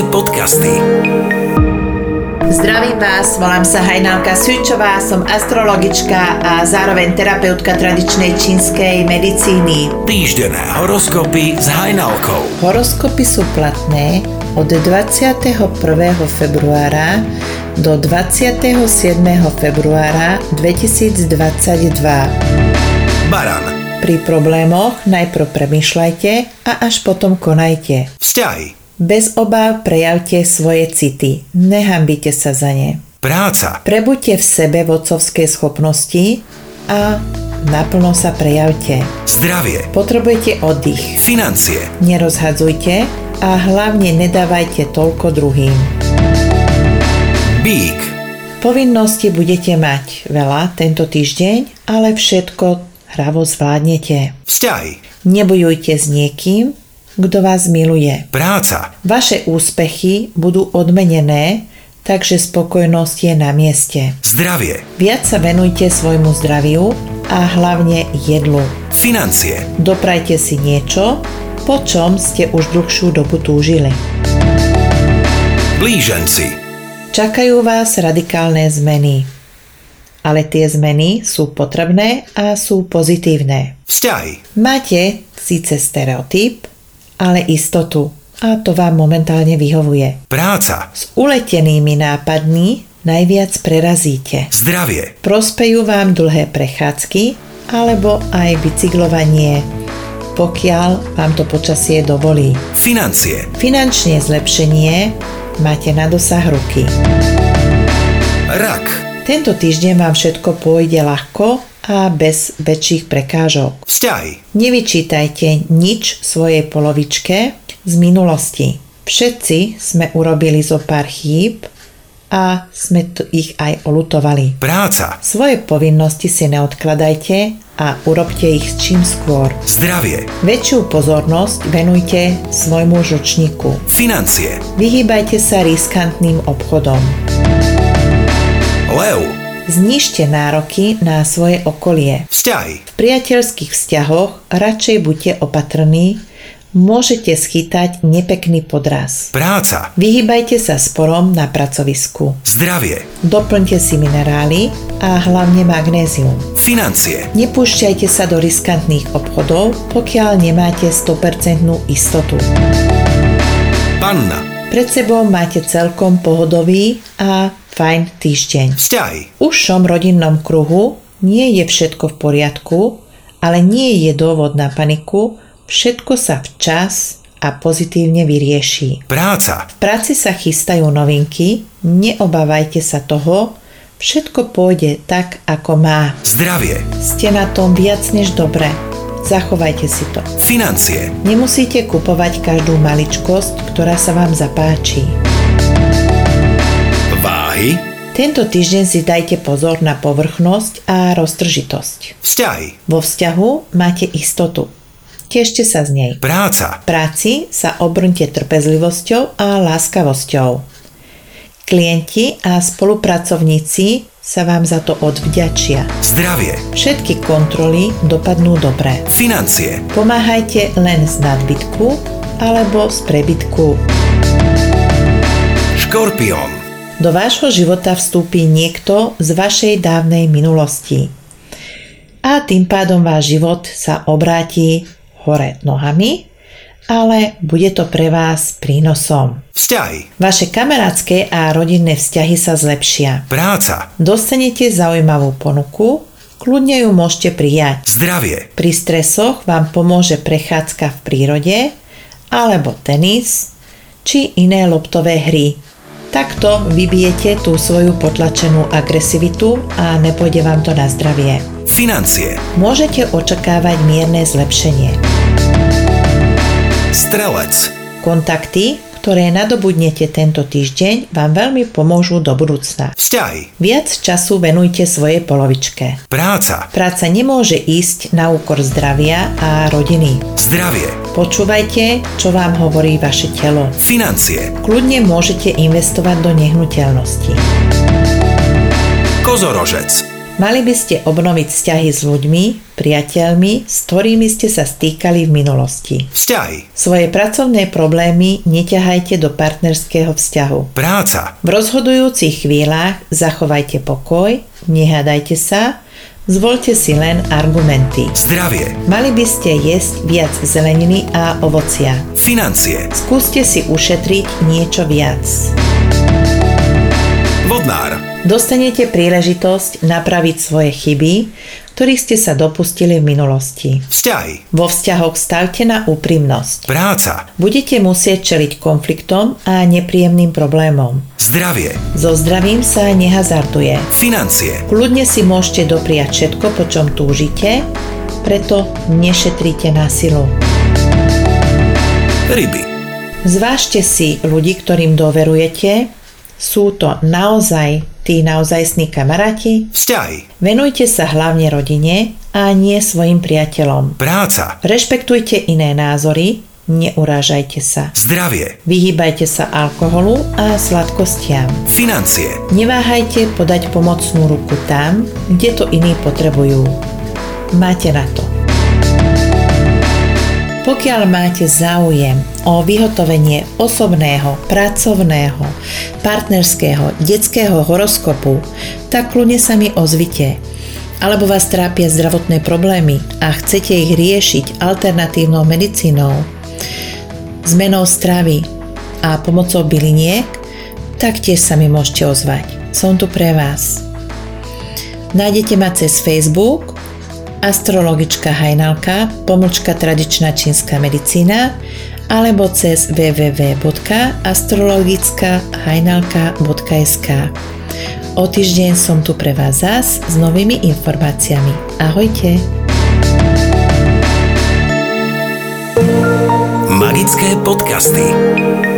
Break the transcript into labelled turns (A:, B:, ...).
A: podcasty.
B: Zdravím vás, volám sa Hajnalka Sučová, som astrologička a zároveň terapeutka tradičnej čínskej medicíny.
A: Týždené horoskopy s Hajnalkou.
B: Horoskopy sú platné od 21. februára do 27. februára 2022.
A: Baran.
B: Pri problémoch najprv premýšľajte a až potom konajte.
A: Vzťahy.
B: Bez obáv prejavte svoje city, nehambite sa za ne.
A: Práca.
B: Prebuďte v sebe vodcovské schopnosti a naplno sa prejavte.
A: Zdravie.
B: Potrebujete oddych,
A: Financie.
B: nerozhadzujte a hlavne nedávajte toľko druhým.
A: Bík.
B: Povinnosti budete mať veľa tento týždeň, ale všetko hravo zvládnete.
A: Vzťahy.
B: Nebojujte s niekým, kto vás miluje.
A: Práca.
B: Vaše úspechy budú odmenené, takže spokojnosť je na mieste.
A: Zdravie.
B: Viac sa venujte svojmu zdraviu a hlavne jedlu.
A: Financie.
B: Doprajte si niečo, po čom ste už dlhšiu dobu túžili.
A: Blíženci.
B: Čakajú vás radikálne zmeny. Ale tie zmeny sú potrebné a sú pozitívne.
A: Vzťahy.
B: Máte síce stereotyp, ale istotu. A to vám momentálne vyhovuje.
A: Práca.
B: S uletenými nápadmi najviac prerazíte.
A: Zdravie.
B: Prospejú vám dlhé prechádzky alebo aj bicyklovanie, pokiaľ vám to počasie dovolí.
A: Financie.
B: Finančné zlepšenie máte na dosah ruky.
A: Rak.
B: Tento týždeň vám všetko pôjde ľahko a bez väčších prekážok.
A: Vzťahy.
B: Nevyčítajte nič svojej polovičke z minulosti. Všetci sme urobili zo pár chýb a sme tu ich aj olutovali.
A: Práca.
B: Svoje povinnosti si neodkladajte a urobte ich čím skôr.
A: Zdravie.
B: Väčšiu pozornosť venujte svojmu žočníku.
A: Financie.
B: Vyhýbajte sa riskantným obchodom.
A: Lev.
B: Znižte nároky na svoje okolie.
A: Vzťahy.
B: V priateľských vzťahoch radšej buďte opatrní, môžete schytať nepekný podraz.
A: Práca.
B: Vyhýbajte sa sporom na pracovisku.
A: Zdravie.
B: Doplňte si minerály a hlavne magnézium.
A: Financie.
B: Nepúšťajte sa do riskantných obchodov, pokiaľ nemáte 100% istotu.
A: Panna.
B: Pred sebou máte celkom pohodový a fajn týždeň.
A: Vzťahy.
B: V ušom rodinnom kruhu nie je všetko v poriadku, ale nie je dôvod na paniku, všetko sa včas a pozitívne vyrieši.
A: Práca.
B: V práci sa chystajú novinky, neobávajte sa toho, všetko pôjde tak, ako má.
A: Zdravie.
B: Ste na tom viac než dobre, zachovajte si to.
A: Financie.
B: Nemusíte kupovať každú maličkosť, ktorá sa vám zapáči.
A: Váhy.
B: Tento týždeň si dajte pozor na povrchnosť a roztržitosť.
A: Vzťahy.
B: Vo vzťahu máte istotu. Tešte sa z nej.
A: Práca.
B: V práci sa obrňte trpezlivosťou a láskavosťou. Klienti a spolupracovníci sa vám za to odvďačia.
A: Zdravie.
B: Všetky kontroly dopadnú dobre.
A: Financie.
B: Pomáhajte len z nadbytku alebo z prebytku.
A: Škorpión.
B: Do vášho života vstúpi niekto z vašej dávnej minulosti. A tým pádom váš život sa obráti hore nohami, ale bude to pre vás prínosom.
A: Vzťahy.
B: Vaše kamarátske a rodinné vzťahy sa zlepšia.
A: Práca.
B: Dostanete zaujímavú ponuku, kľudne ju môžete prijať.
A: Zdravie.
B: Pri stresoch vám pomôže prechádzka v prírode alebo tenis či iné loptové hry. Takto vybijete tú svoju potlačenú agresivitu a nepôjde vám to na zdravie.
A: Financie.
B: Môžete očakávať mierne zlepšenie.
A: Strelec.
B: Kontakty, ktoré nadobudnete tento týždeň, vám veľmi pomôžu do budúcna.
A: Vzťahy.
B: Viac času venujte svojej polovičke.
A: Práca.
B: Práca nemôže ísť na úkor zdravia a rodiny.
A: Zdravie.
B: Počúvajte, čo vám hovorí vaše telo.
A: Financie.
B: Kľudne môžete investovať do nehnuteľnosti.
A: Kozorožec.
B: Mali by ste obnoviť vzťahy s ľuďmi, priateľmi, s ktorými ste sa stýkali v minulosti.
A: Vzťahy.
B: Svoje pracovné problémy neťahajte do partnerského vzťahu.
A: Práca.
B: V rozhodujúcich chvíľach zachovajte pokoj, nehádajte sa, zvolte si len argumenty.
A: Zdravie.
B: Mali by ste jesť viac zeleniny a ovocia.
A: Financie.
B: Skúste si ušetriť niečo viac.
A: Vodnár.
B: Dostanete príležitosť napraviť svoje chyby, ktorých ste sa dopustili v minulosti.
A: Vzťahy.
B: Vo vzťahoch stavte na úprimnosť.
A: Práca.
B: Budete musieť čeliť konfliktom a nepríjemným problémom.
A: Zdravie.
B: So zdravím sa nehazarduje.
A: Financie.
B: Kľudne si môžete dopriať všetko, po čom túžite, preto nešetríte na silu.
A: Ryby.
B: Zvážte si ľudí, ktorým doverujete, sú to naozaj tí naozajstní kamaráti.
A: Vzťahy.
B: Venujte sa hlavne rodine a nie svojim priateľom.
A: Práca.
B: Rešpektujte iné názory, neurážajte sa.
A: Zdravie.
B: Vyhýbajte sa alkoholu a sladkostiam.
A: Financie.
B: Neváhajte podať pomocnú ruku tam, kde to iní potrebujú. Máte na to. Pokiaľ máte záujem o vyhotovenie osobného, pracovného, partnerského, detského horoskopu, tak kľudne sa mi ozvite. Alebo vás trápia zdravotné problémy a chcete ich riešiť alternatívnou medicínou, zmenou stravy a pomocou byliniek, tak tiež sa mi môžete ozvať. Som tu pre vás. Nájdete ma cez Facebook astrologička Hajnalka, pomlčka tradičná čínska medicína alebo cez www.astrologickahajnalka.sk O týždeň som tu pre vás zas s novými informáciami. Ahojte!
A: Magické podcasty.